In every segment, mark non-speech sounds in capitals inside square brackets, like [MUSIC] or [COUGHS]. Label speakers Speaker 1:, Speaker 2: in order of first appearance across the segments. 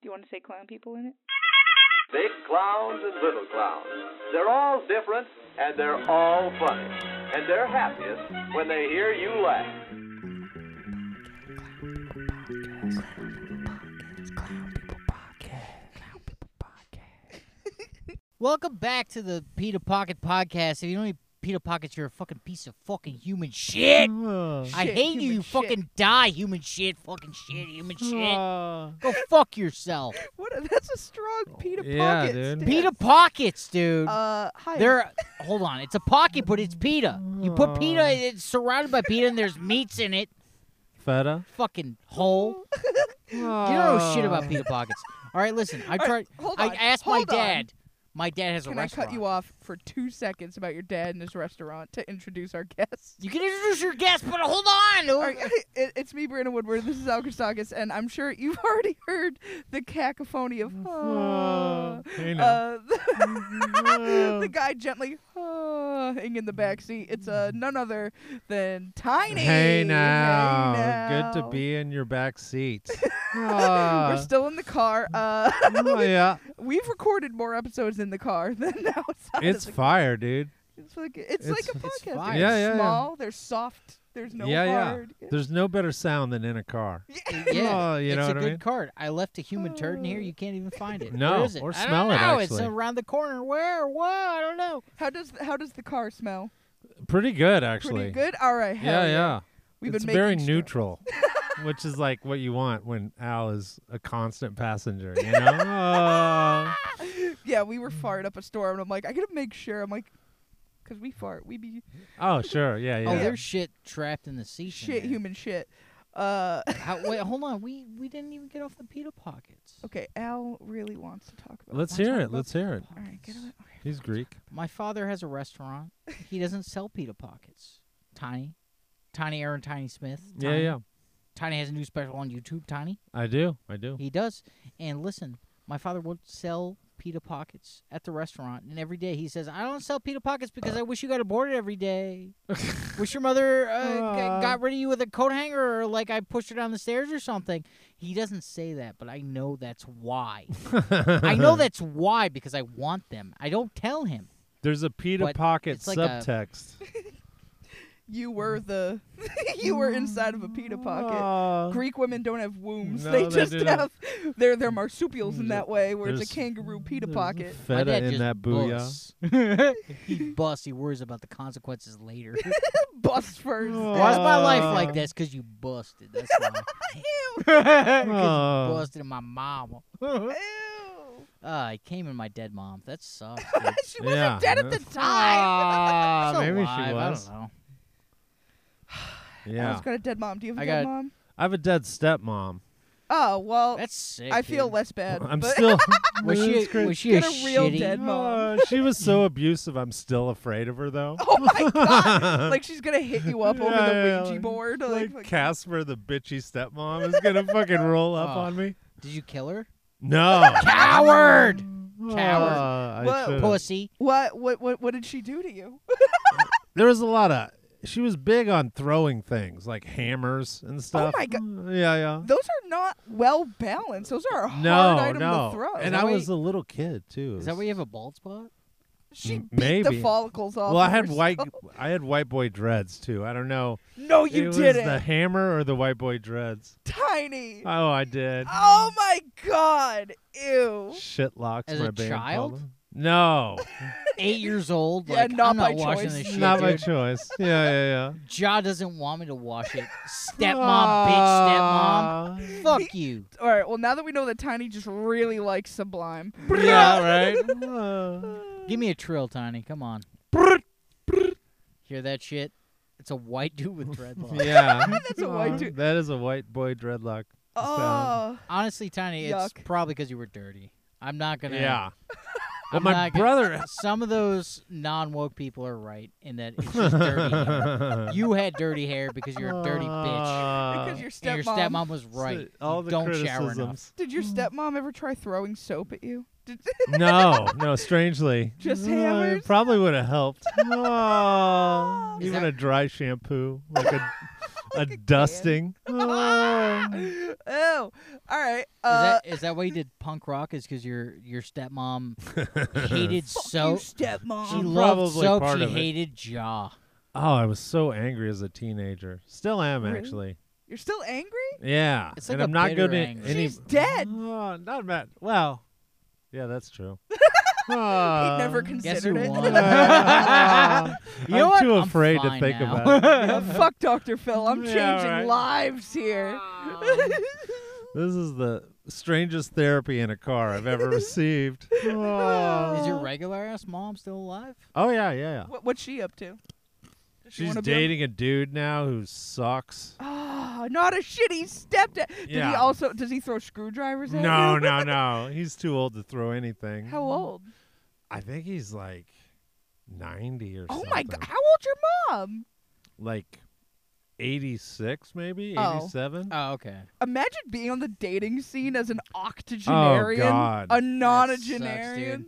Speaker 1: Do you want to say clown people in it?
Speaker 2: Big clowns and little clowns. They're all different and they're all funny. And they're happiest when they hear you laugh.
Speaker 3: Welcome back to the Peter Pocket Podcast. If you don't eat Peter Pockets, you're a fucking piece of fucking human shit. I
Speaker 4: Shit,
Speaker 3: hate you,
Speaker 4: human
Speaker 3: you
Speaker 4: shit.
Speaker 3: fucking die, human shit, fucking shit, human shit.
Speaker 4: Uh,
Speaker 3: Go fuck yourself.
Speaker 4: what? A, that's a strong Peter
Speaker 5: Oh, Yeah,
Speaker 4: Pocket.
Speaker 5: dude.
Speaker 4: stance.
Speaker 3: Peter Pockets, dude.
Speaker 4: Uh, hi.
Speaker 3: They're hold on, it's a pocket, but it's pita. You put pita, it's surrounded by pita, and there's meats in it.
Speaker 5: Feta.
Speaker 3: Fucking hole. You don't know shit about pita pockets. All right, listen. I
Speaker 4: All
Speaker 3: tried.
Speaker 4: right, hold
Speaker 3: I
Speaker 4: on,
Speaker 3: asked
Speaker 4: hold
Speaker 3: my
Speaker 4: on.
Speaker 3: dad. My dad has a
Speaker 4: Can I
Speaker 3: restaurant.
Speaker 4: cut you off for two seconds about your dad and his restaurant to introduce
Speaker 5: [LAUGHS]
Speaker 4: our guests?
Speaker 3: You can introduce your guest, but hold on.
Speaker 4: All right, [LAUGHS] it, it's me, Brandon Woodward. This is Alcastakis, and I'm sure you've [LAUGHS] already heard the
Speaker 5: [LAUGHS]
Speaker 4: cacophony of "Ah."
Speaker 5: you know. Mm-hmm.
Speaker 4: uh, [LAUGHS] the, the guy gently "Ah," ing in the back seat. It's uh, none other than Tiny.
Speaker 5: Hey
Speaker 4: Hey
Speaker 5: now. good to
Speaker 4: now.
Speaker 5: be in your back seat.
Speaker 4: [LAUGHS] We're still in
Speaker 5: [LAUGHS]
Speaker 4: the car. Uh, [LAUGHS]
Speaker 5: Oh, yeah,
Speaker 4: we've recorded more episodes in the car [LAUGHS] than outside.
Speaker 5: it's
Speaker 4: of
Speaker 5: fire, dude.
Speaker 4: the, it's like it's,
Speaker 5: it's-
Speaker 4: like a
Speaker 5: it's
Speaker 4: podcast.
Speaker 3: fire.
Speaker 4: They're
Speaker 5: Yeah, yeah, yeah.
Speaker 4: small. They're soft. There's no
Speaker 5: yeah,
Speaker 4: hard.
Speaker 5: yeah. There's no better sound than in a car.
Speaker 3: [LAUGHS] Yeah,
Speaker 5: Oh, you
Speaker 3: it's
Speaker 5: know
Speaker 3: a
Speaker 5: what I
Speaker 3: good
Speaker 5: mean?
Speaker 3: card. I left a human turd in here. You can't even find it.
Speaker 5: No,
Speaker 3: Where is it?
Speaker 5: or
Speaker 3: I don't
Speaker 5: smell it,
Speaker 3: know. It's
Speaker 5: actually.
Speaker 3: around the corner. Where? Whoa, I don't know.
Speaker 4: How does how does the car smell?
Speaker 5: Pretty good, actually.
Speaker 4: Pretty good. All right.
Speaker 5: Yeah,
Speaker 4: hell
Speaker 5: yeah.
Speaker 4: We've
Speaker 5: it's
Speaker 4: been
Speaker 5: very
Speaker 4: making sure-
Speaker 5: neutral, which is like what you want when Al is a constant passenger. You know. Oh.
Speaker 4: [LAUGHS] Yeah, we were fired up a storm, and I'm like, I gotta make sure. I'm like, cause we fart, we be
Speaker 5: Oh, sure. Yeah, yeah.
Speaker 3: Oh, there's shit trapped in the sea.
Speaker 4: shit, human shit. Uh, [LAUGHS]
Speaker 3: How, wait, hold on. We we didn't even get off the pita pockets.
Speaker 4: okay, Al really wants to talk about.
Speaker 5: Let's
Speaker 3: Wanna
Speaker 5: hear
Speaker 3: talk
Speaker 5: it.
Speaker 3: about
Speaker 5: Let's hear it.
Speaker 4: All right, get away. Okay.
Speaker 5: He's Greek.
Speaker 3: My father has a restaurant. He doesn't sell pita pockets. Tiny, Tiny Aaron, Tiny Smith.
Speaker 5: Yeah,
Speaker 3: Tiny.
Speaker 5: yeah.
Speaker 3: Tiny has a new special on YouTube. Tiny,
Speaker 5: I do. I do.
Speaker 3: he does. And listen, my father would sell pita pockets at the restaurant, and every day he says, "I don't sell pita pockets because I wish you got aborted every
Speaker 5: [LAUGHS]
Speaker 3: day. wish your mother uh, g-
Speaker 5: Aw.
Speaker 3: got rid of you with a coat hanger, or like I pushed her down the stairs or something." He doesn't say that, but I know
Speaker 5: [LAUGHS]
Speaker 3: that's why. I know that's why because I want them. I don't tell him.
Speaker 5: There's a Peter
Speaker 3: But
Speaker 5: Pocket
Speaker 3: it's like a-
Speaker 5: subtext.
Speaker 4: You were the, [LAUGHS] you were inside of a pita pocket.
Speaker 5: Oh.
Speaker 4: Greek women don't have wombs;
Speaker 5: No,
Speaker 4: they
Speaker 5: they
Speaker 4: just
Speaker 5: do not.
Speaker 4: have. They're they're marsupials in that way, where it's
Speaker 5: There's-
Speaker 4: a kangaroo pita
Speaker 5: There's
Speaker 4: pocket.
Speaker 3: My
Speaker 5: Feta
Speaker 3: dad
Speaker 5: in
Speaker 3: just
Speaker 5: that booyah. [LAUGHS]
Speaker 3: busts. [LAUGHS] he busts. He worries about the consequences
Speaker 5: [LAUGHS]
Speaker 3: later.
Speaker 4: [LAUGHS] Bust first.
Speaker 5: Oh.
Speaker 3: Why is my life
Speaker 5: Aw.
Speaker 3: like this? Because you busted. That's
Speaker 5: [LAUGHS]
Speaker 3: why.
Speaker 5: Oh.
Speaker 3: busted my mama.
Speaker 4: Ew.
Speaker 3: Ah, I came in my dead mom. That sucks.
Speaker 4: [LAUGHS]
Speaker 3: Dude.
Speaker 4: She wasn't
Speaker 5: Yeah.
Speaker 4: dead at the time.
Speaker 5: Ah,
Speaker 3: She's
Speaker 5: maybe she
Speaker 3: alive,
Speaker 5: was.
Speaker 3: I don't know.
Speaker 5: Yeah.
Speaker 4: Al's got a dead mom. Do you have a
Speaker 3: I
Speaker 4: dead
Speaker 3: got-
Speaker 4: mom?
Speaker 5: I have a dead stepmom.
Speaker 4: Oh well,
Speaker 3: That's sick.
Speaker 4: I feel
Speaker 3: dude.
Speaker 4: less bad.
Speaker 5: I'm
Speaker 4: but
Speaker 5: still.
Speaker 3: [LAUGHS]
Speaker 5: [LAUGHS]
Speaker 3: Was she?
Speaker 5: That's crazy.
Speaker 3: Was she
Speaker 4: Get a real
Speaker 3: shitty?
Speaker 4: dead mom.
Speaker 5: Oh, she was so abusive. I'm still afraid of her
Speaker 3: [LAUGHS]
Speaker 5: though.
Speaker 4: [LAUGHS] Oh
Speaker 5: [LAUGHS]
Speaker 4: my god! like she's gonna hit you up over
Speaker 5: Yeah,
Speaker 4: the
Speaker 5: yeah,
Speaker 4: Ouija
Speaker 5: like-
Speaker 4: board. Like,
Speaker 5: like,
Speaker 4: like,
Speaker 5: Casper, the bitchy stepmom, is gonna fucking roll up
Speaker 3: Oh.
Speaker 5: on me.
Speaker 3: Did you kill her?
Speaker 5: No.
Speaker 3: Coward. Coward.
Speaker 5: Coward.
Speaker 4: Whoa.
Speaker 3: Pussy.
Speaker 4: what, what? What? What did she do to you?
Speaker 5: there was a lot of. She was big on throwing things like hammers and stuff. Mm,
Speaker 4: Oh my God.
Speaker 5: Yeah, yeah.
Speaker 4: Those are not well balanced. Those are a hard
Speaker 5: No,
Speaker 4: item to
Speaker 5: no.
Speaker 4: throw.
Speaker 5: And
Speaker 3: Is
Speaker 5: I
Speaker 3: that why
Speaker 5: was
Speaker 3: you-
Speaker 5: a little kid too.
Speaker 3: Is that why you have a bald spot?
Speaker 4: she
Speaker 5: Mm,
Speaker 4: beat the
Speaker 5: maybe.
Speaker 4: follicles
Speaker 5: [LAUGHS]
Speaker 4: off.
Speaker 5: Well, I
Speaker 4: of
Speaker 5: had
Speaker 4: herself.
Speaker 5: white. I had white boy dreads too. I don't know.
Speaker 4: No, you
Speaker 5: it was
Speaker 4: didn't,
Speaker 5: the hammer or the white boy dreads.
Speaker 4: tiny.
Speaker 5: Oh, I did.
Speaker 4: oh my god! Ew.
Speaker 5: Shitlocks.
Speaker 3: As
Speaker 5: my
Speaker 3: a
Speaker 5: band
Speaker 3: child?
Speaker 5: called them. No,
Speaker 3: Eight years old.
Speaker 4: [LAUGHS] Yeah,
Speaker 3: Like,
Speaker 4: not
Speaker 3: I'm not
Speaker 4: by
Speaker 3: watching
Speaker 4: choice.
Speaker 3: this shit.
Speaker 5: not my
Speaker 3: dude.
Speaker 5: choice. Yeah, yeah, yeah.
Speaker 3: Ja doesn't want me to wash it. Stepmom, bitch,
Speaker 5: bitch,
Speaker 3: stepmom.
Speaker 4: [LAUGHS]
Speaker 3: Fuck you.
Speaker 4: All right. Well, now that we know that Tiny just really likes Sublime,
Speaker 5: stepmom.
Speaker 4: [LAUGHS]
Speaker 5: yeah, right. Ah.
Speaker 3: Give me a trill, Tiny. Come on.
Speaker 4: [LAUGHS]
Speaker 3: Hear that shit? It's a white
Speaker 5: [LAUGHS]
Speaker 3: dude with dreadlocks.
Speaker 5: yeah. Ah,
Speaker 4: That's a white dude.
Speaker 5: That is a white boy dreadlock.
Speaker 4: oh,
Speaker 3: Honestly, Tiny, it's
Speaker 4: Yuck.
Speaker 3: probably because you were dirty. I'm not gonna. [LAUGHS]
Speaker 5: Yeah. Well,
Speaker 3: I'm
Speaker 5: my
Speaker 3: not gonna- [LAUGHS]
Speaker 5: brother. [LAUGHS]
Speaker 3: Some of those non woke people are right in that it's
Speaker 5: [LAUGHS]
Speaker 3: just dirty. hair. You had dirty hair because you're a dirty
Speaker 5: Uh,
Speaker 3: bitch.
Speaker 4: because your stepmom.
Speaker 3: And your stepmom Mm. was right.
Speaker 5: All
Speaker 3: You
Speaker 5: the
Speaker 3: don't shower enough. [LAUGHS]
Speaker 5: criticisms.
Speaker 4: Did your stepmom ever try throwing soap at you? [LAUGHS] Did,
Speaker 5: no, no. Strangely,
Speaker 4: Just
Speaker 5: Uh,
Speaker 4: hammers?
Speaker 5: It probably would have
Speaker 3: [LAUGHS]
Speaker 5: helped. Oh,
Speaker 3: Is
Speaker 5: even
Speaker 3: that- [LAUGHS]
Speaker 4: [LAUGHS]
Speaker 5: a dry shampoo, like a a dusting. Oh.
Speaker 4: Oh, all right.
Speaker 3: Mm.
Speaker 4: Uh,
Speaker 3: is that is that why you did punk rock? Is because your
Speaker 5: [LAUGHS]
Speaker 3: your stepmom hated
Speaker 4: fuck
Speaker 3: so
Speaker 4: you, stepmom.
Speaker 3: she
Speaker 5: I'm
Speaker 3: loved
Speaker 5: probably
Speaker 3: soap.
Speaker 5: part
Speaker 3: She
Speaker 5: of it.
Speaker 3: hated Jaw.
Speaker 5: Oh, I was so angry as a teenager. Still am
Speaker 4: Really?
Speaker 5: actually.
Speaker 4: You're still angry?
Speaker 5: Yeah,
Speaker 3: It's like
Speaker 5: and
Speaker 3: a
Speaker 5: I'm not
Speaker 3: bitter
Speaker 5: good at
Speaker 3: anger.
Speaker 5: any.
Speaker 4: She's dead.
Speaker 5: Oh, not bad. Well, yeah, that's
Speaker 4: [LAUGHS]
Speaker 5: true.
Speaker 4: he never
Speaker 5: Oh. [LAUGHS]
Speaker 3: Guess who
Speaker 4: considered it. [LAUGHS]
Speaker 3: won?
Speaker 5: Uh,
Speaker 3: You know
Speaker 5: I'm
Speaker 3: what?
Speaker 5: too
Speaker 3: I'm
Speaker 5: afraid to
Speaker 3: fine
Speaker 5: think
Speaker 3: now.
Speaker 5: about
Speaker 4: [LAUGHS]
Speaker 5: it.
Speaker 4: Yeah, fuck Dr. Phil. I'm
Speaker 5: Yeah,
Speaker 4: changing
Speaker 5: right.
Speaker 4: lives here.
Speaker 3: [LAUGHS]
Speaker 4: [LAUGHS]
Speaker 5: This is the strangest therapy in a car I've
Speaker 4: [LAUGHS]
Speaker 5: ever received. Oh,
Speaker 3: Is your regular ass mom still alive?
Speaker 5: Oh, yeah, yeah, yeah.
Speaker 4: What, what's she up to? Does she
Speaker 5: She's
Speaker 4: wanna be on-
Speaker 5: dating a dude now who sucks.
Speaker 4: Ah, not a shitty stepdad. Did he
Speaker 5: Yeah.
Speaker 4: also? Does he throw screwdrivers? at
Speaker 5: No, Mm-hmm.
Speaker 4: you?
Speaker 5: no,
Speaker 4: [LAUGHS]
Speaker 5: no. He's too old to throw anything.
Speaker 4: How old?
Speaker 5: I think he's like 90 or
Speaker 4: Oh
Speaker 5: something.
Speaker 4: my god! How old's your mom?
Speaker 5: Like 86 maybe,
Speaker 4: Oh.
Speaker 5: 87.
Speaker 3: Oh, okay.
Speaker 4: Imagine being on the dating scene as an octogenarian,
Speaker 5: Oh, God.
Speaker 4: a
Speaker 5: That
Speaker 4: nonagenarian.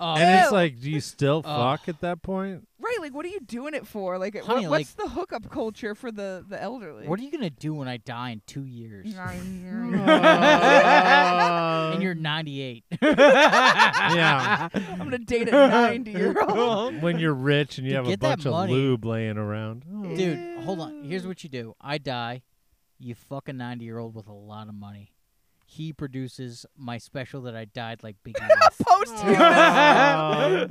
Speaker 3: Oh,
Speaker 5: And it's
Speaker 4: Ew.
Speaker 5: like, do you still
Speaker 3: Ugh.
Speaker 5: fuck at that
Speaker 3: [LAUGHS]
Speaker 5: point?
Speaker 4: right? Like, what are you doing it for? Like,
Speaker 3: Honey,
Speaker 4: what, what's the hookup culture for the the elderly?
Speaker 3: what are you gonna do when I die in two years?
Speaker 5: [LAUGHS]
Speaker 4: [LAUGHS]
Speaker 5: Uh,
Speaker 3: and you're 98.
Speaker 5: [LAUGHS]
Speaker 3: [LAUGHS]
Speaker 5: yeah.
Speaker 4: I'm gonna date a 90 year
Speaker 5: [LAUGHS]
Speaker 4: old.
Speaker 5: When you're rich and you
Speaker 3: To
Speaker 5: have a
Speaker 3: get that
Speaker 5: bunch of
Speaker 3: money.
Speaker 5: lube laying around. Oh.
Speaker 3: [LAUGHS] Dude, hold on. Here's what you do. I die. You fuck a 90 year old with a lot of money. He produces my special that I died like
Speaker 5: [LAUGHS]
Speaker 3: Big
Speaker 4: Posthumous.
Speaker 5: Oh.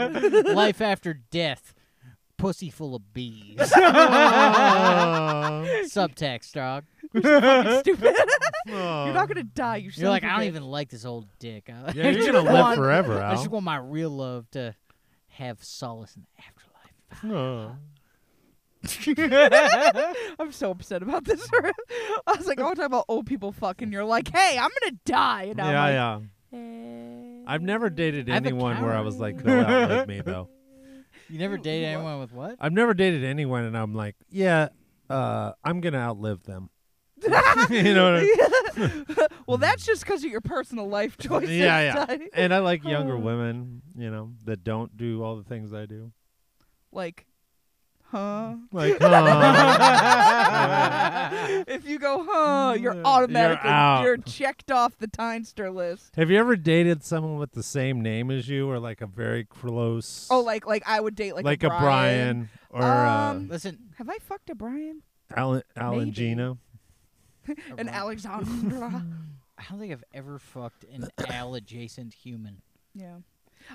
Speaker 3: Life after death. Pussy full
Speaker 5: [LAUGHS]
Speaker 3: of bees.
Speaker 5: Oh.
Speaker 3: Subtext, dog.
Speaker 4: Stupid.
Speaker 5: Oh.
Speaker 4: [LAUGHS] You're not gonna die. You
Speaker 3: You're like, I don't even like this old dick.
Speaker 5: [LAUGHS]
Speaker 3: I,
Speaker 5: Yeah,
Speaker 3: I
Speaker 5: you're
Speaker 3: just [LAUGHS]
Speaker 5: gonna live
Speaker 3: want-
Speaker 5: forever,
Speaker 3: I just [LAUGHS]
Speaker 5: Al.
Speaker 3: want my real love to have solace in the afterlife.
Speaker 5: Oh. [LAUGHS]
Speaker 4: I'm so upset about this. [LAUGHS] I was like, I want to talk about old people fucking. You're like, hey, I'm gonna die. And I'm
Speaker 5: Yeah,
Speaker 4: like, "Eh."
Speaker 5: yeah. I've never [LAUGHS] dated
Speaker 3: I have a
Speaker 5: anyone where I was like, they'll
Speaker 3: calorie.
Speaker 5: outlive me, though.
Speaker 3: You never dated
Speaker 4: what?
Speaker 3: anyone with
Speaker 5: [LAUGHS]
Speaker 3: what?
Speaker 5: I've never dated anyone, and I'm like, yeah, uh, I'm gonna outlive
Speaker 4: [LAUGHS]
Speaker 5: them. [LAUGHS] you know what I mean?
Speaker 4: well, that's just because of your personal life choices. [LAUGHS]
Speaker 5: Yeah, yeah.
Speaker 4: Donnie.
Speaker 5: And I like younger
Speaker 4: Oh.
Speaker 5: women, you know, that don't do all the things I
Speaker 4: [LAUGHS]
Speaker 5: do.
Speaker 4: Like, huh?
Speaker 5: Like, oh.
Speaker 4: if you go, huh, you're
Speaker 5: You're
Speaker 4: automatically
Speaker 5: out.
Speaker 4: you're checked off the Tynester list.
Speaker 5: have you ever dated someone with the same name as you, or like a very close?
Speaker 4: Oh, like like I would date like,
Speaker 5: like a Brian, or
Speaker 4: Um,
Speaker 3: Listen,
Speaker 4: Have I fucked a Brian?
Speaker 5: uh, Alan, Alan
Speaker 4: maybe.
Speaker 5: Gino.
Speaker 4: An Alexandra?
Speaker 3: uh,
Speaker 5: [LAUGHS]
Speaker 3: I don't think I've ever fucked an [COUGHS] Al adjacent human.
Speaker 4: yeah.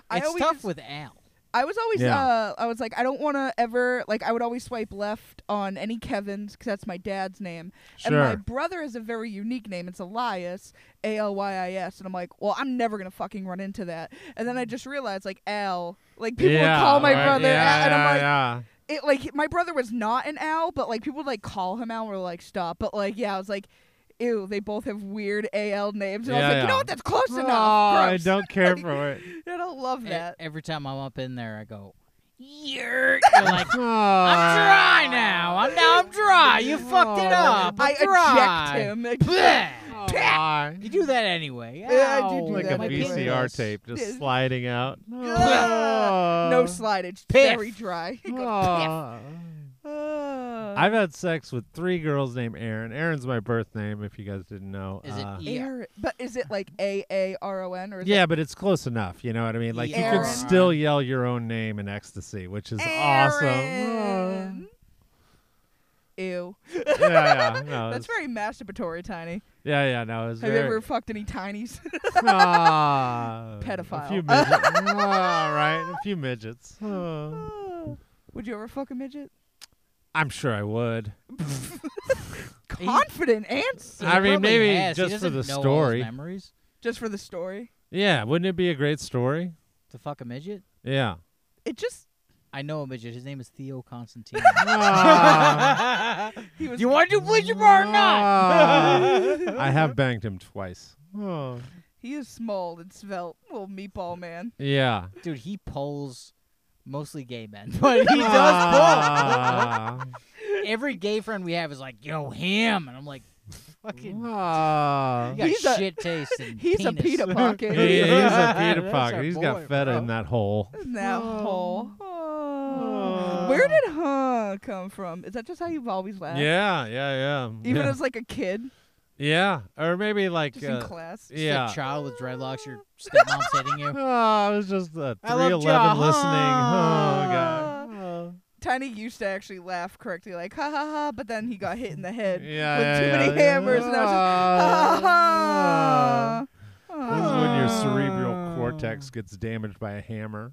Speaker 4: I
Speaker 3: It's
Speaker 4: always,
Speaker 3: tough with Al.
Speaker 4: I was always
Speaker 5: Yeah.
Speaker 4: uh I was like I don't want to ever like I would always swipe left on any Kevin's because that's my dad's name and my
Speaker 5: Sure.
Speaker 4: brother has a very unique name it's Elias A L Y I S and I'm like well I'm never gonna fucking run into that and then I just realized like Al like people would call my
Speaker 5: right,
Speaker 4: brother
Speaker 5: Yeah,
Speaker 4: Al, and
Speaker 5: yeah,
Speaker 4: I'm like
Speaker 5: yeah.
Speaker 4: it like my brother was not an Al, but like people would like call him Al and were like stop. But like yeah, I was like, ew, they both have weird AL names. And I was
Speaker 5: Yeah,
Speaker 4: like, you
Speaker 5: yeah.
Speaker 4: know what? That's close
Speaker 5: Oh,
Speaker 4: enough.
Speaker 5: I
Speaker 4: Gross.
Speaker 5: don't care for it.
Speaker 4: [LAUGHS] I don't love
Speaker 3: E-
Speaker 4: that.
Speaker 3: Every time I'm up in there, I go, you're, you're like,
Speaker 5: Oh.
Speaker 4: [LAUGHS] Uh,
Speaker 3: I'm dry now. I'm now I'm dry. You fucked it up. I'm
Speaker 4: Oh, I
Speaker 3: dry.
Speaker 4: eject him.
Speaker 3: Bleh.
Speaker 5: Oh, my.
Speaker 3: You do that anyway.
Speaker 4: Yeah, I do
Speaker 3: Ow,
Speaker 4: do
Speaker 5: like
Speaker 4: that
Speaker 5: a
Speaker 3: my
Speaker 4: anyway.
Speaker 5: VCR
Speaker 3: penis.
Speaker 5: tape just
Speaker 4: Yes.
Speaker 5: sliding
Speaker 4: [LAUGHS]
Speaker 5: out.
Speaker 4: [LAUGHS] no slide. It's
Speaker 3: Piff. [LAUGHS]
Speaker 4: very dry.
Speaker 5: [SIGHS] Oh.
Speaker 4: Uh,
Speaker 5: I've had sex with three girls named Aaron. Aaron's my birth name, if you guys didn't know.
Speaker 3: Is it
Speaker 5: Uh,
Speaker 3: E- Yeah.
Speaker 4: Aaron- But is it like A A R O N or is
Speaker 5: yeah, but it's close enough. You know what I mean? Like you
Speaker 4: Aaron.
Speaker 5: could still yell your own name in ecstasy, which is
Speaker 4: it
Speaker 5: awesome.
Speaker 4: Aaron? Ew.
Speaker 5: Oh. yeah, yeah, no,
Speaker 4: [LAUGHS] That's
Speaker 5: it's-
Speaker 4: very masturbatory, Tiny.
Speaker 5: yeah, yeah, no. It's
Speaker 4: Have
Speaker 5: very,
Speaker 4: you
Speaker 5: [LAUGHS]
Speaker 4: ever fucked
Speaker 3: [LAUGHS]
Speaker 4: any tinies? [LAUGHS]
Speaker 5: Ah,
Speaker 4: Pedophile.
Speaker 5: A few midgets.
Speaker 4: [LAUGHS]
Speaker 5: Ah, right, a few midgets. Oh.
Speaker 4: Would you ever fuck a midget?
Speaker 5: I'm sure I would.
Speaker 3: He-
Speaker 4: Confident answer.
Speaker 5: I
Speaker 3: he
Speaker 5: mean,
Speaker 3: probably
Speaker 5: maybe
Speaker 3: has. He
Speaker 5: just for
Speaker 3: doesn't
Speaker 5: the
Speaker 3: know all his
Speaker 5: story.
Speaker 3: Memories
Speaker 4: Just for the story.
Speaker 5: Yeah, wouldn't it be a great story?
Speaker 3: to fuck a midget.
Speaker 5: Yeah.
Speaker 4: It just
Speaker 3: I know a midget. His name is Theo
Speaker 4: [LAUGHS]
Speaker 3: Constantine.
Speaker 4: he
Speaker 3: [LAUGHS]
Speaker 4: was
Speaker 3: you want to do Bleacher Bar or not?
Speaker 5: Ah. I have banged him twice. Oh.
Speaker 4: he is small and svelte, little meatball man.
Speaker 5: Yeah.
Speaker 3: [LAUGHS] Dude, he pulls mostly gay men, [LAUGHS] but he
Speaker 4: [LAUGHS]
Speaker 3: does
Speaker 5: Ah.
Speaker 3: pull. Every gay friend we have is like, "Yo, him," and I'm like, "Fucking."
Speaker 5: Ah.
Speaker 3: You got
Speaker 4: He's a-
Speaker 3: shit taste and
Speaker 4: [LAUGHS] He's a
Speaker 3: penis. [LAUGHS]
Speaker 4: pita pocket.
Speaker 5: He- he's a Peter
Speaker 3: That's
Speaker 5: Pocket.
Speaker 3: our
Speaker 5: He's
Speaker 3: boy,
Speaker 5: got feta
Speaker 3: bro.
Speaker 5: in that hole.
Speaker 4: Now,
Speaker 5: Oh.
Speaker 4: Paul. Oh.
Speaker 5: Oh.
Speaker 4: Where did huh come from? Is that just how you've always laughed?
Speaker 5: Yeah, yeah, yeah.
Speaker 4: Even
Speaker 5: yeah.
Speaker 4: as like a kid.
Speaker 5: Yeah, or maybe like
Speaker 4: Just in
Speaker 5: uh,
Speaker 4: class.
Speaker 3: Just
Speaker 5: yeah.
Speaker 3: That child with dreadlocks, your stepmom's
Speaker 5: [LAUGHS]
Speaker 3: hitting
Speaker 4: [LAUGHS]
Speaker 3: you.
Speaker 5: Oh, it was just the
Speaker 3: I
Speaker 5: 311
Speaker 3: love Jahan.
Speaker 5: listening.
Speaker 4: Ah.
Speaker 5: Oh god. Oh.
Speaker 4: Tiny used to actually laugh correctly, like ha ha ha, but then he got hit in the head
Speaker 5: Yeah,
Speaker 4: with
Speaker 5: yeah,
Speaker 4: too many
Speaker 5: yeah.
Speaker 4: hammers, and I was just [LAUGHS] ah. ha ha ha.
Speaker 5: Ah. This is when your cerebral
Speaker 4: Ah.
Speaker 3: Oh.
Speaker 5: cortex gets damaged by a hammer.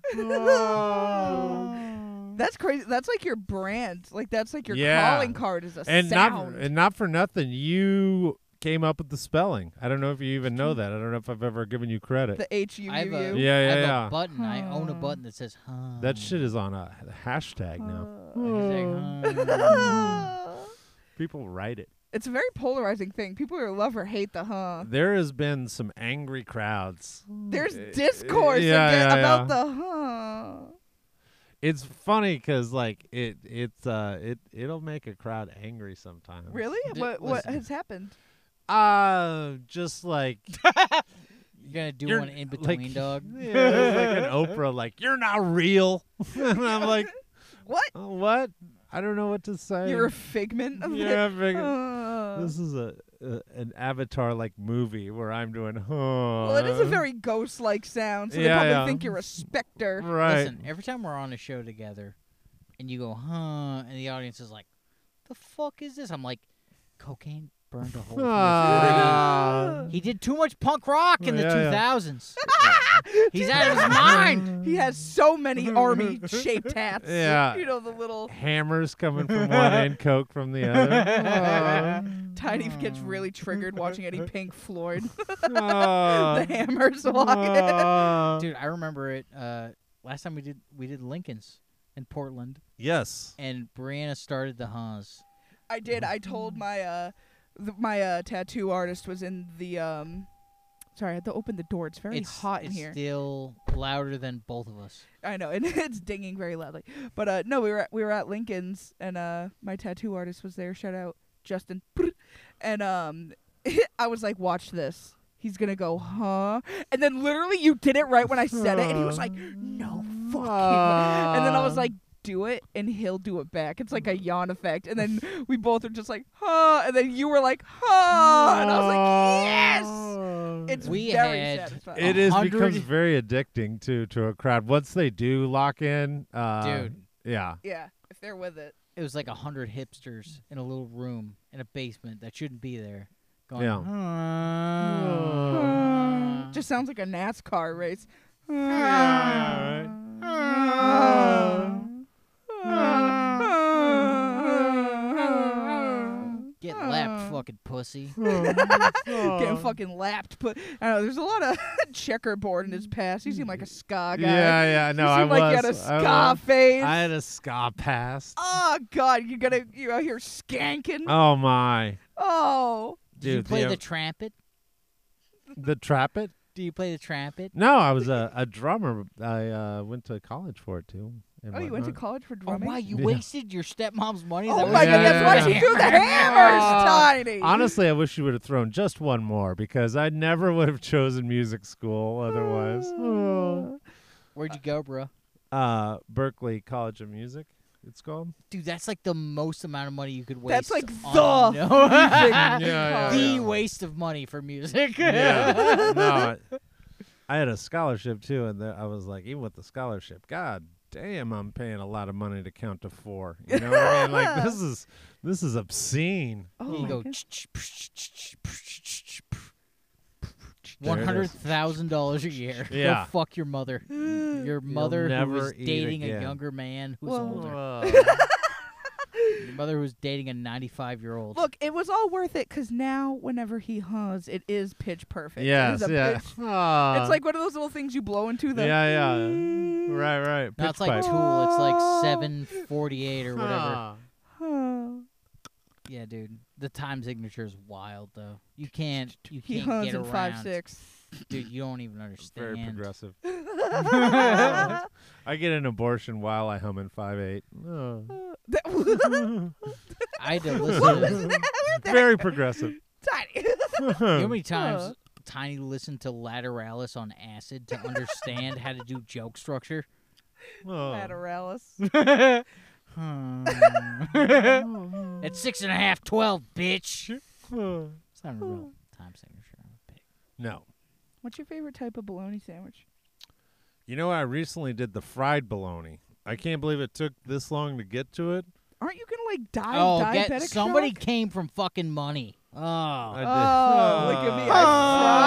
Speaker 4: That's crazy. That's like your brand. Like that's like your
Speaker 5: Yeah.
Speaker 4: calling card is a
Speaker 5: and
Speaker 4: sound.
Speaker 5: not and not for nothing, you came up with the spelling. I don't know if you even know that. I don't know if I've ever given you credit.
Speaker 4: the H U
Speaker 3: I have
Speaker 4: U
Speaker 3: a,
Speaker 5: Yeah,
Speaker 4: U.
Speaker 5: yeah,
Speaker 3: I have
Speaker 5: yeah.
Speaker 3: a button. I own a
Speaker 4: Huh.
Speaker 3: button that says, huh.
Speaker 5: that shit is on a hashtag
Speaker 4: Uh,
Speaker 5: now.
Speaker 3: Hashtag, huh.
Speaker 5: People write it.
Speaker 4: [LAUGHS] It's a very polarizing thing. People either love or hate the huh.
Speaker 5: There has been some angry crowds.
Speaker 4: There's
Speaker 5: Uh,
Speaker 4: discourse
Speaker 5: yeah,
Speaker 4: aga-
Speaker 5: yeah,
Speaker 4: about
Speaker 5: yeah.
Speaker 4: the huh.
Speaker 5: It's funny because like it it's uh it it'll make a crowd angry sometimes.
Speaker 4: Really?
Speaker 3: D-
Speaker 4: what what
Speaker 3: listen.
Speaker 4: has happened?
Speaker 5: Uh just like
Speaker 3: You're going to do
Speaker 5: You're-
Speaker 3: one in
Speaker 5: like, [LAUGHS]
Speaker 3: between, dog.
Speaker 5: Yeah, it's like an Oprah like you're not real. [LAUGHS] and I'm like,
Speaker 4: What?
Speaker 5: "Oh, what? I don't know what to say.
Speaker 4: You're a [LAUGHS] figment of
Speaker 5: You're a
Speaker 4: the.
Speaker 5: fig-
Speaker 4: Huh.
Speaker 5: This is a, a an avatar like movie where I'm doing huh.
Speaker 4: Well, it is a very ghost-like sound, so they
Speaker 5: Yeah,
Speaker 4: probably
Speaker 5: yeah.
Speaker 4: think you're a specter.
Speaker 5: right.
Speaker 4: [LAUGHS]
Speaker 3: Listen, every time we're on a show together and you go, huh, and the audience is like, the fuck is this? I'm like, cocaine burned
Speaker 5: [LAUGHS]
Speaker 3: a hole. through his brain.
Speaker 4: [LAUGHS]
Speaker 5: Ah.
Speaker 3: He did too much punk rock in the
Speaker 5: Yeah, yeah.
Speaker 3: 2000s.
Speaker 5: [LAUGHS]
Speaker 3: He's out of his mind.
Speaker 4: He has so many
Speaker 5: [LAUGHS]
Speaker 4: army-shaped hats.
Speaker 5: Yeah.
Speaker 4: You know the little
Speaker 5: Hammers coming
Speaker 4: [LAUGHS]
Speaker 5: from one end, coke from the other.
Speaker 4: tiny gets really triggered watching any
Speaker 5: [LAUGHS]
Speaker 4: Pink Floyd.
Speaker 5: Ah.
Speaker 4: the
Speaker 5: [LAUGHS]
Speaker 4: hammers walking.
Speaker 5: Ah.
Speaker 3: Dude, I remember it. Uh, last time we did we did Lincoln's in Portland,
Speaker 5: Yes.
Speaker 3: and Brianna started the Haas.
Speaker 4: [LAUGHS] I did. I told my uh, th- my uh, tattoo artist was in the um. Sorry, I had to open the door. It's very
Speaker 3: it's
Speaker 4: hot in
Speaker 3: it's
Speaker 4: here.
Speaker 3: Still louder than both of us.
Speaker 4: I know, [LAUGHS] and it's dinging very loudly. But uh, no, we were at, we were at Lincoln's, and uh, my tattoo artist was there. Shout out Justin. [LAUGHS] And um, [LAUGHS] I was like, watch this. He's gonna go, huh? And then literally, you did it right when I said it, and he was like, no fucking. [LAUGHS] way." And then I was like. Do it and he'll do it back. It's like a yawn effect. And then we both are just like, huh. And then you were like, huh. Oh, And I was like, yes.
Speaker 5: Ah.
Speaker 4: It's
Speaker 3: We
Speaker 4: very
Speaker 3: had-
Speaker 4: satisfying.
Speaker 5: It is becomes
Speaker 3: 100
Speaker 5: very addicting to to a crowd once they do lock in. Uh,
Speaker 3: Dude.
Speaker 5: Yeah.
Speaker 4: Yeah, if they're with it.
Speaker 3: It was like a hundred hipsters in a little room in a basement that shouldn't be there. Going, "Hmm,
Speaker 5: Yeah.
Speaker 3: "Huh."
Speaker 4: Just sounds like a NASCAR race. Getting
Speaker 3: get lapped, fucking pussy.
Speaker 4: [LAUGHS]
Speaker 5: Oh.
Speaker 4: fucking lapped, but I don't know. There's a lot of [LAUGHS] checkerboard in his past. You seem like a ska guy.
Speaker 5: Yeah, yeah. No,
Speaker 4: you seem
Speaker 5: I
Speaker 4: like
Speaker 5: was.
Speaker 4: you had a
Speaker 5: I
Speaker 4: ska
Speaker 5: was.
Speaker 4: face.
Speaker 5: I had a ska past.
Speaker 4: oh God, you're gonna you're out here skanking.
Speaker 5: Oh my,
Speaker 4: oh,
Speaker 3: Did you
Speaker 5: dude.
Speaker 3: play the
Speaker 5: the
Speaker 3: trumpet?
Speaker 5: [LAUGHS] the trap it?
Speaker 3: Do you play the trumpet?
Speaker 5: No, I was a, a drummer. I uh, went to college for it too. and
Speaker 4: oh, you went to
Speaker 5: whatnot.
Speaker 4: college for
Speaker 3: Oh,
Speaker 4: drumming.
Speaker 3: wow, you
Speaker 5: Yeah.
Speaker 3: wasted your stepmom's money. Is
Speaker 4: Oh
Speaker 3: that what
Speaker 4: my
Speaker 3: you
Speaker 4: God,
Speaker 3: did?
Speaker 4: that's why she threw the
Speaker 5: Uh,
Speaker 4: hammers, Tiny. [LAUGHS]
Speaker 5: Honestly, I wish you would have thrown just one more because I never would have chosen music school otherwise. Oh.
Speaker 3: [LAUGHS] Where'd you go, bro?
Speaker 4: Ah.
Speaker 5: Uh, Berkeley College of Music, it's called.
Speaker 3: Dude, that's like the most amount of money you could waste.
Speaker 4: That's like
Speaker 3: on-
Speaker 4: the [LAUGHS]
Speaker 3: No.
Speaker 4: music
Speaker 5: yeah,
Speaker 3: [LAUGHS] the
Speaker 4: college.
Speaker 5: yeah.
Speaker 3: waste of money for music. [LAUGHS]
Speaker 5: yeah. [LAUGHS] No, I had a scholarship too, and the, I was like, even with the scholarship, God damn, I'm paying a lot of money to count to four. You know what I mean? Like
Speaker 3: [LAUGHS]
Speaker 5: this is this is obscene.
Speaker 4: Oh,
Speaker 3: you
Speaker 4: my
Speaker 3: go
Speaker 4: God.
Speaker 5: There it
Speaker 3: one
Speaker 5: is.
Speaker 3: hundred thousand dollars a year. Go
Speaker 5: Yeah.
Speaker 3: fuck your
Speaker 4: [GASPS]
Speaker 3: mother. Your mother who
Speaker 5: never
Speaker 3: was
Speaker 5: eat
Speaker 3: dating a
Speaker 5: again.
Speaker 3: younger man who's
Speaker 4: Whoa.
Speaker 3: older.
Speaker 5: Whoa.
Speaker 3: Your mother who's dating a ninety-five year old.
Speaker 4: Look, it was all worth it because now, whenever he hums, it is pitch perfect.
Speaker 5: yes,
Speaker 4: it is a
Speaker 5: yeah.
Speaker 4: pitch-
Speaker 5: Aw.
Speaker 4: it's like one of those little things you blow into the. Mm.
Speaker 5: yeah, yeah. [LAUGHS] Right, right.
Speaker 3: no,
Speaker 5: Pitch
Speaker 3: it's like
Speaker 5: pipe.
Speaker 3: Tool. It's like seven forty-eight or whatever.
Speaker 5: Aw.
Speaker 4: Huh.
Speaker 3: Yeah, dude. The time signature is wild though. You can't. You
Speaker 4: He
Speaker 3: can't
Speaker 4: hums
Speaker 3: get
Speaker 4: in
Speaker 3: around.
Speaker 4: five six.
Speaker 5: [LAUGHS]
Speaker 3: Dude, you don't even
Speaker 5: Very
Speaker 3: understand. [LAUGHS]
Speaker 5: progressive. I get an abortion while I hum in five eight.
Speaker 3: [LAUGHS]
Speaker 4: That- what
Speaker 3: I
Speaker 4: [LAUGHS]
Speaker 3: had to listen. to,
Speaker 4: was that? Where'd that-
Speaker 5: Very progressive. [LAUGHS]
Speaker 4: Tiny.
Speaker 3: you know how many times
Speaker 4: Huh.
Speaker 3: Tiny listened to Lateralis on acid to understand how to do joke structure?
Speaker 5: Oh. [LAUGHS]
Speaker 4: Lateralis.
Speaker 3: [LAUGHS] At six and a half, twelve, bitch. It's not a real time signature. I'm a pig.
Speaker 5: No.
Speaker 4: What's your favorite type of bologna sandwich?
Speaker 5: You know, I recently did the fried bologna. I can't believe it took this long to get to it.
Speaker 4: Aren't you gonna like die?
Speaker 3: oh,
Speaker 4: of diabetic
Speaker 3: get,
Speaker 4: [LAUGHS]
Speaker 3: somebody
Speaker 4: shock?
Speaker 3: came from fucking money. Oh,
Speaker 5: I did.
Speaker 4: Oh, look
Speaker 5: [LAUGHS]
Speaker 4: at me!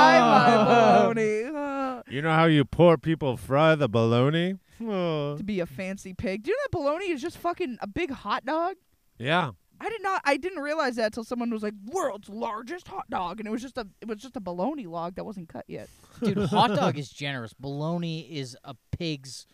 Speaker 4: I fry my bologna. [LAUGHS] Ah.
Speaker 5: You know how you poor people fry the
Speaker 4: [LAUGHS]
Speaker 5: bologna?
Speaker 4: To be a fancy pig. Do you know that bologna is just fucking a big hot dog?
Speaker 5: Yeah.
Speaker 4: I did not. I didn't realize that until someone was like, "World's largest hot dog," and it was just a. It was just a bologna log that wasn't cut yet.
Speaker 5: [LAUGHS]
Speaker 3: dude, hot dog is generous. Bologna is a pig's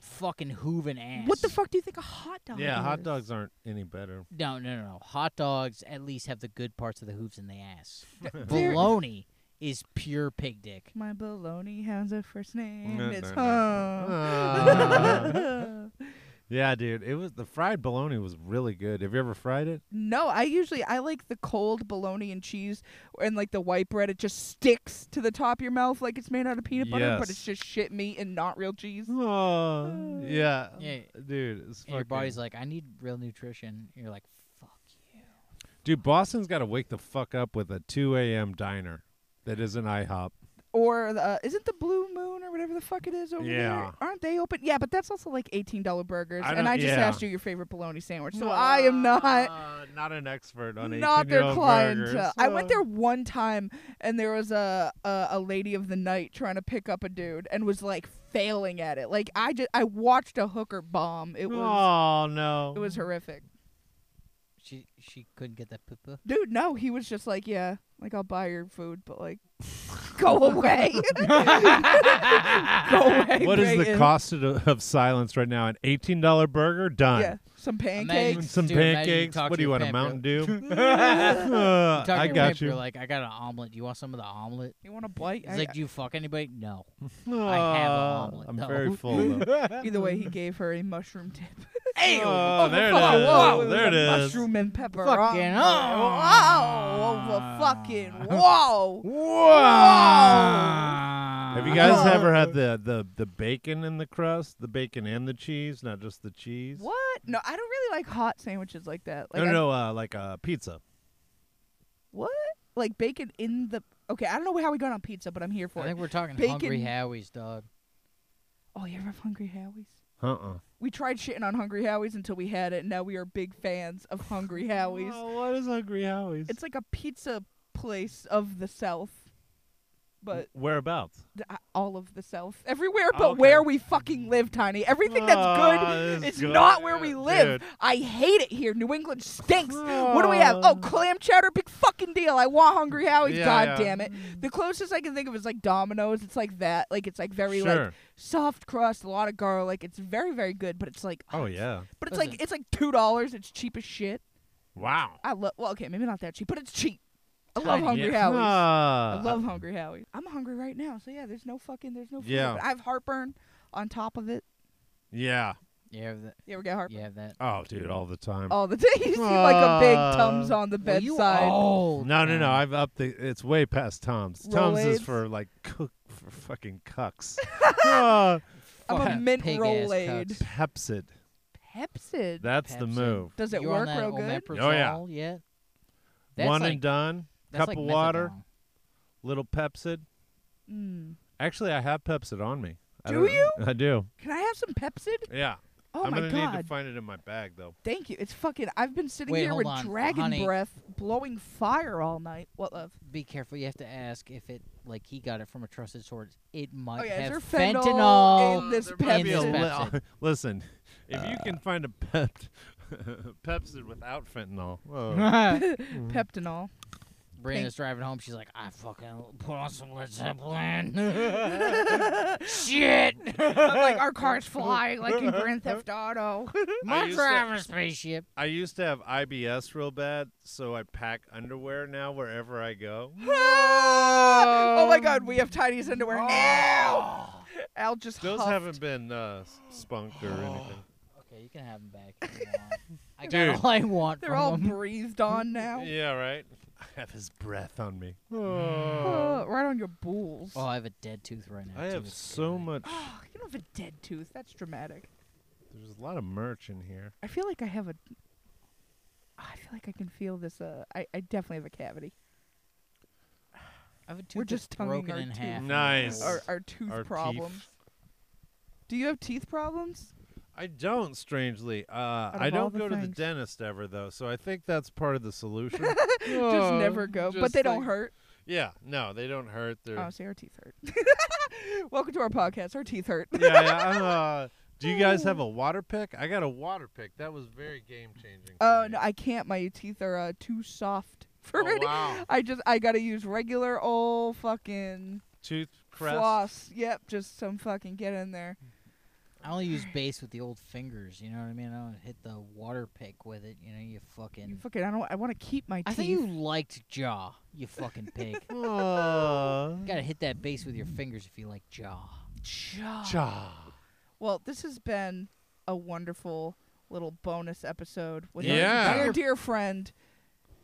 Speaker 3: fucking hooven ass.
Speaker 4: What the fuck do you think a hot dog?
Speaker 5: Yeah, hot
Speaker 4: is?
Speaker 5: dogs aren't any
Speaker 4: [LAUGHS]
Speaker 5: better. [LAUGHS]
Speaker 3: No, no, no, no. Hot dogs at least have the good parts of the hooves and the ass.
Speaker 4: They're-
Speaker 3: Bologna is pure pig dick.
Speaker 4: My bologna has a first name.
Speaker 5: No,
Speaker 4: it's
Speaker 5: no, no. [LAUGHS]
Speaker 4: home.
Speaker 5: Ah. yeah, dude. It was the fried bologna was really good. Have you ever fried it?
Speaker 4: no, I usually I like the cold bologna and cheese and like the white bread. It just sticks to the top of your mouth like it's made out of peanut butter, but
Speaker 5: Yes.
Speaker 4: it's just shit meat and not real cheese.
Speaker 5: Oh, yeah.
Speaker 3: Yeah.
Speaker 5: Dude, it's
Speaker 3: And your
Speaker 5: fucking-
Speaker 3: body's like, I need real nutrition. And you're like, fuck you.
Speaker 5: Dude, Boston's got to wake the fuck up with a 2 a.m. diner that isn't IHOP.
Speaker 4: Or the, uh, isn't the Blue Moon or whatever the fuck it is over
Speaker 5: Yeah.
Speaker 4: there? Aren't they open? Yeah, but that's also like eighteen dollar burgers.
Speaker 5: I
Speaker 4: and
Speaker 5: don't-
Speaker 4: I just
Speaker 5: yeah.
Speaker 4: asked you your favorite bologna sandwich, so I am not.
Speaker 5: Uh, not an expert on
Speaker 4: not their
Speaker 5: 18-year-old
Speaker 4: clientele.
Speaker 5: burgers.
Speaker 4: I went
Speaker 5: Uh,
Speaker 4: there one time, and there was a, a a lady of the night trying to pick up a dude, and was like failing at it. Like I just I watched a hooker bomb. It was
Speaker 5: Oh no!
Speaker 4: it was horrific,
Speaker 3: She she couldn't get that
Speaker 5: Uh,
Speaker 3: poo
Speaker 4: dude. No, he was just like, yeah, like I'll buy your food, but like, [LAUGHS] go
Speaker 5: [LAUGHS]
Speaker 4: away, [LAUGHS] go away.
Speaker 5: What is the
Speaker 4: Megan.
Speaker 5: cost of, of silence right now? An eighteen dollar burger done.
Speaker 4: Yeah, some
Speaker 5: And
Speaker 4: pancakes.
Speaker 5: Some
Speaker 3: Dude, imagine you
Speaker 5: pancakes.
Speaker 3: talk
Speaker 5: What do
Speaker 3: to
Speaker 5: you
Speaker 3: your
Speaker 5: want? A
Speaker 3: pimp,
Speaker 5: Mountain
Speaker 3: [LAUGHS]
Speaker 5: Dew?
Speaker 3: poo.
Speaker 5: Uh, [LAUGHS]
Speaker 3: Talking
Speaker 5: I
Speaker 3: to
Speaker 5: got
Speaker 3: Rape,
Speaker 5: you.
Speaker 3: You're like, I got an omelet. Do you want some of the omelet?
Speaker 4: You want a bite?
Speaker 3: He's
Speaker 4: I,
Speaker 3: like, do you fuck anybody?
Speaker 5: [LAUGHS]
Speaker 3: No.
Speaker 5: Uh,
Speaker 3: have an omelet,
Speaker 5: I'm
Speaker 3: though. [LAUGHS]
Speaker 5: very full. Though.
Speaker 4: either way, he gave her a mushroom tip.
Speaker 5: Ew. Oh, there it
Speaker 4: Whoa,
Speaker 5: is.
Speaker 4: whoa, was
Speaker 5: There it
Speaker 4: a
Speaker 5: is.
Speaker 4: Mushroom and pepper.
Speaker 3: Fucking
Speaker 4: Oh,
Speaker 3: oh.
Speaker 4: whoa, fucking
Speaker 3: [LAUGHS]
Speaker 4: whoa.
Speaker 3: Whoa!
Speaker 4: [LAUGHS]
Speaker 5: Have you guys ever had the, the the bacon in the crust, the bacon and the cheese, not just the cheese?
Speaker 4: What? No, I don't really like hot sandwiches like that. Like
Speaker 5: no,
Speaker 4: I-
Speaker 5: no, uh, like a pizza.
Speaker 4: What? Like bacon in the. Okay, I don't know how we got on pizza, but I'm here
Speaker 3: I
Speaker 4: for it.
Speaker 3: think we're talking Hungry
Speaker 4: Bacon.
Speaker 3: Howie's, dog.
Speaker 4: Oh, you ever have Hungry Howie's?
Speaker 5: Uh uh
Speaker 4: We tried shitting on Hungry Howie's until we had it, and now we are big fans of Hungry Howie's.
Speaker 5: Oh, what is Hungry Howie's?
Speaker 4: It's like a pizza place of the South, but
Speaker 5: Whereabouts?
Speaker 4: th- uh, all of the South, everywhere
Speaker 5: Oh,
Speaker 4: but
Speaker 5: okay. Ah,
Speaker 4: where we fucking live, Tiny. Everything that's good It's not where we live. I hate it here. New England stinks. What do we have?
Speaker 5: Oh.
Speaker 4: Oh, clam chowder, big fucking deal. I want Hungry Howie's.
Speaker 5: Yeah,
Speaker 4: God
Speaker 5: yeah.
Speaker 4: damn it. The closest I can think of is like Domino's. It's like that. Like it's like very like
Speaker 5: sure.
Speaker 4: soft crust, a lot of garlic. It's very very good, but it's like
Speaker 5: oh yeah.
Speaker 4: But it's
Speaker 3: Listen.
Speaker 4: like it's like two dollars. It's cheap as shit.
Speaker 5: Wow.
Speaker 4: I love. Well, okay, maybe not that cheap, but it's cheap. I love
Speaker 3: Tiny.
Speaker 4: Hungry
Speaker 5: yeah.
Speaker 4: Howie's. I
Speaker 5: Ah.
Speaker 4: love Hungry Howie's. I'm hungry right now, so yeah. There's no fucking. There's no. Food,
Speaker 5: Yeah.
Speaker 4: But I have heartburn on top of it.
Speaker 5: Yeah.
Speaker 3: You have that?
Speaker 4: You ever get heartburn?
Speaker 3: You have that?
Speaker 5: Oh, dude, all the time.
Speaker 4: all the [LAUGHS] day. You see like a big
Speaker 5: Ah.
Speaker 4: Tums on the
Speaker 3: Well, you
Speaker 4: bedside.
Speaker 3: old
Speaker 5: Oh, No, no, no.
Speaker 3: now.
Speaker 5: I've upped the. It's way past Tom's. Tom's is
Speaker 4: Rolades?
Speaker 5: for like cook for fucking cucks.
Speaker 4: [LAUGHS]
Speaker 5: Ah,
Speaker 4: I'm a
Speaker 3: Fucking
Speaker 4: mint
Speaker 3: pig-ass
Speaker 4: Rolade.
Speaker 3: cucks.
Speaker 5: Pepsid.
Speaker 4: Pepsid.
Speaker 5: That's the
Speaker 3: Pepsid.
Speaker 5: move.
Speaker 4: Does it
Speaker 3: You on
Speaker 4: work
Speaker 3: that
Speaker 4: real good?
Speaker 3: omeprazole
Speaker 5: Oh, yeah.
Speaker 3: yet? That's
Speaker 5: One
Speaker 3: like,
Speaker 5: and done.
Speaker 3: that's
Speaker 5: Cup
Speaker 3: like
Speaker 5: of water.
Speaker 3: methadone.
Speaker 5: Little Pepsid.
Speaker 4: Mm.
Speaker 5: Actually, I have Pepsid on me. I
Speaker 4: Do
Speaker 5: don't-
Speaker 4: you?
Speaker 5: I do.
Speaker 4: Can I have some Pepsid?
Speaker 5: Yeah.
Speaker 4: Oh
Speaker 5: I'm
Speaker 4: my
Speaker 5: gonna
Speaker 4: god.
Speaker 5: need to find it in my bag though.
Speaker 4: Thank you. It's fucking. I've been sitting
Speaker 3: Wait,
Speaker 4: here
Speaker 3: hold
Speaker 4: with
Speaker 3: on.
Speaker 4: dragon
Speaker 3: Honey.
Speaker 4: breath, blowing fire all night. What love? [LAUGHS]
Speaker 3: Be careful. You have to ask if it, like, he got it from a trusted source. It might
Speaker 4: oh yeah, is
Speaker 3: have
Speaker 4: there
Speaker 3: fentanyl.
Speaker 4: fentanyl, in this
Speaker 5: There might be a Uh.
Speaker 3: Pepsid.
Speaker 4: Pepsid?
Speaker 5: li-
Speaker 3: Pepsid.
Speaker 5: [LAUGHS] Listen, if you can find a pep- [LAUGHS] Pepsid without [LAUGHS] fentanyl, oh. whoa.
Speaker 3: [LAUGHS] Brandon's
Speaker 5: Mm. [LAUGHS]
Speaker 4: Peptinol.
Speaker 3: driving home. She's like, I fucking put on some Led Zeppelin. [LAUGHS]
Speaker 5: [LAUGHS]
Speaker 3: Shit!
Speaker 4: I'm like our car's flying, like in Grand
Speaker 5: [LAUGHS]
Speaker 4: Theft Auto.
Speaker 5: I
Speaker 3: My
Speaker 5: used to-
Speaker 3: driver's spaceship.
Speaker 5: I used to have IBS real bad, so I pack underwear now wherever I go.
Speaker 4: oh my god, we have Tiny's
Speaker 5: Oh.
Speaker 4: underwear.
Speaker 3: Oh.
Speaker 4: Ow! Al just
Speaker 5: Those
Speaker 4: huffed.
Speaker 5: haven't been uh, s- spunked or anything.
Speaker 3: Okay, you can have them back. [LAUGHS] If you want. I got all I want
Speaker 4: They're
Speaker 3: from
Speaker 4: all
Speaker 3: 'em.
Speaker 4: breathed on now.
Speaker 5: [LAUGHS] Yeah, right. I have his breath on
Speaker 4: [SIGHS]
Speaker 5: me. Oh.
Speaker 4: Uh, right on your balls.
Speaker 3: Oh, I have a dead tooth right now.
Speaker 5: I
Speaker 3: too.
Speaker 5: have
Speaker 3: It's
Speaker 5: so
Speaker 3: scary.
Speaker 5: much.
Speaker 4: Oh, [SIGHS] you don't have a dead tooth. That's dramatic.
Speaker 5: There's a lot of merch in here.
Speaker 4: I feel like I have a. I feel like I can feel this. Uh, I, I definitely have a cavity.
Speaker 3: I have a tooth
Speaker 4: We're
Speaker 3: that's
Speaker 4: just tonguing
Speaker 3: broken
Speaker 4: our
Speaker 3: in
Speaker 4: teeth.
Speaker 3: half.
Speaker 5: Nice.
Speaker 4: our, our tooth
Speaker 5: Our
Speaker 4: problems.
Speaker 5: teeth.
Speaker 4: Do you have teeth problems?
Speaker 5: I don't, strangely. Uh,
Speaker 4: of
Speaker 5: I
Speaker 4: all
Speaker 5: don't
Speaker 4: the
Speaker 5: go to the
Speaker 4: things.
Speaker 5: dentist ever, though, so I think that's part of the solution.
Speaker 4: [LAUGHS] just
Speaker 5: Oh,
Speaker 4: never go. but
Speaker 5: just
Speaker 4: they don't
Speaker 5: like-
Speaker 4: hurt.
Speaker 5: Yeah, no, they don't hurt. They're,
Speaker 4: Oh, see, our teeth hurt. [LAUGHS] Welcome to our podcast. Our teeth hurt. [LAUGHS]
Speaker 5: yeah, yeah. I'm, uh, do you guys have a water pick? I got a water pick. That was very game changing.
Speaker 4: Oh no, I can't. My teeth are uh, too soft [LAUGHS] for
Speaker 5: Oh,
Speaker 4: any-
Speaker 5: wow.
Speaker 4: I just I gotta use regular old fucking
Speaker 5: Tooth crest.
Speaker 4: floss. Yep, just some fucking get in there.
Speaker 5: Mm-hmm.
Speaker 3: I only use bass with the old fingers. You know what I mean? I don't hit the water pick with it. You know, you fucking.
Speaker 4: You fucking I don't. I want to keep my
Speaker 3: I
Speaker 4: teeth.
Speaker 3: think you liked Jaw. You [LAUGHS] fucking pig.
Speaker 5: Aw.
Speaker 3: Gotta hit that bass with your fingers if you like Jaw.
Speaker 4: Jaw.
Speaker 5: Cha.
Speaker 4: Well, this has been a wonderful little bonus episode with
Speaker 5: Yeah.
Speaker 4: our dear, dear friend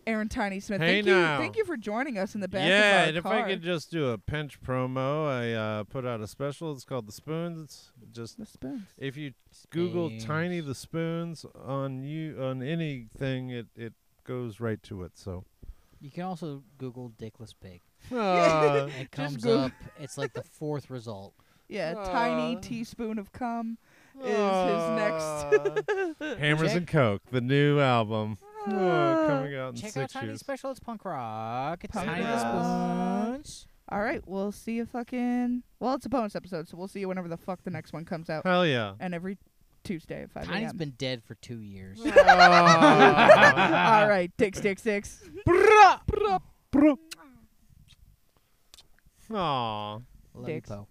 Speaker 4: Aaron Tiny Smith.
Speaker 5: Hey
Speaker 4: thank
Speaker 5: now.
Speaker 4: you, thank you for joining us in the back
Speaker 5: yeah,
Speaker 4: of
Speaker 5: and
Speaker 4: our
Speaker 5: if
Speaker 4: car.
Speaker 5: I could just do a pinch promo, I uh, put out a special. It's called the Spoons. Just
Speaker 4: the spoons.
Speaker 5: if you Google
Speaker 3: Spoons.
Speaker 5: "tiny the spoons" on you on anything, it it goes right to it.
Speaker 4: [LAUGHS]
Speaker 5: So
Speaker 3: You can also Google dickless pig.
Speaker 5: Ah,
Speaker 3: It comes
Speaker 4: Google-
Speaker 3: up. It's like the [LAUGHS] fourth result.
Speaker 4: Yeah, tiny
Speaker 5: Aw.
Speaker 4: teaspoon of cum.
Speaker 5: ah. Hammers
Speaker 3: Check-
Speaker 5: and Coke, the new album, Oh, coming out in
Speaker 3: Check out
Speaker 5: six
Speaker 3: Tiny
Speaker 5: years.
Speaker 3: Special. It's punk rock. It's
Speaker 4: Punk
Speaker 3: Tiny the
Speaker 4: rock.
Speaker 3: Spoons.
Speaker 4: [LAUGHS] All right, we'll see you fucking. Well, it's a bonus episode, so we'll see you whenever the fuck the next one comes out,
Speaker 5: Hell yeah!
Speaker 4: and every Tuesday at five
Speaker 3: Tiny's
Speaker 4: a.m.
Speaker 3: been dead for two years.
Speaker 5: Ah.
Speaker 4: [LAUGHS] All right, dicks, dicks, dicks.
Speaker 5: Aw.
Speaker 3: Love you,
Speaker 4: Dicks.
Speaker 3: Poe.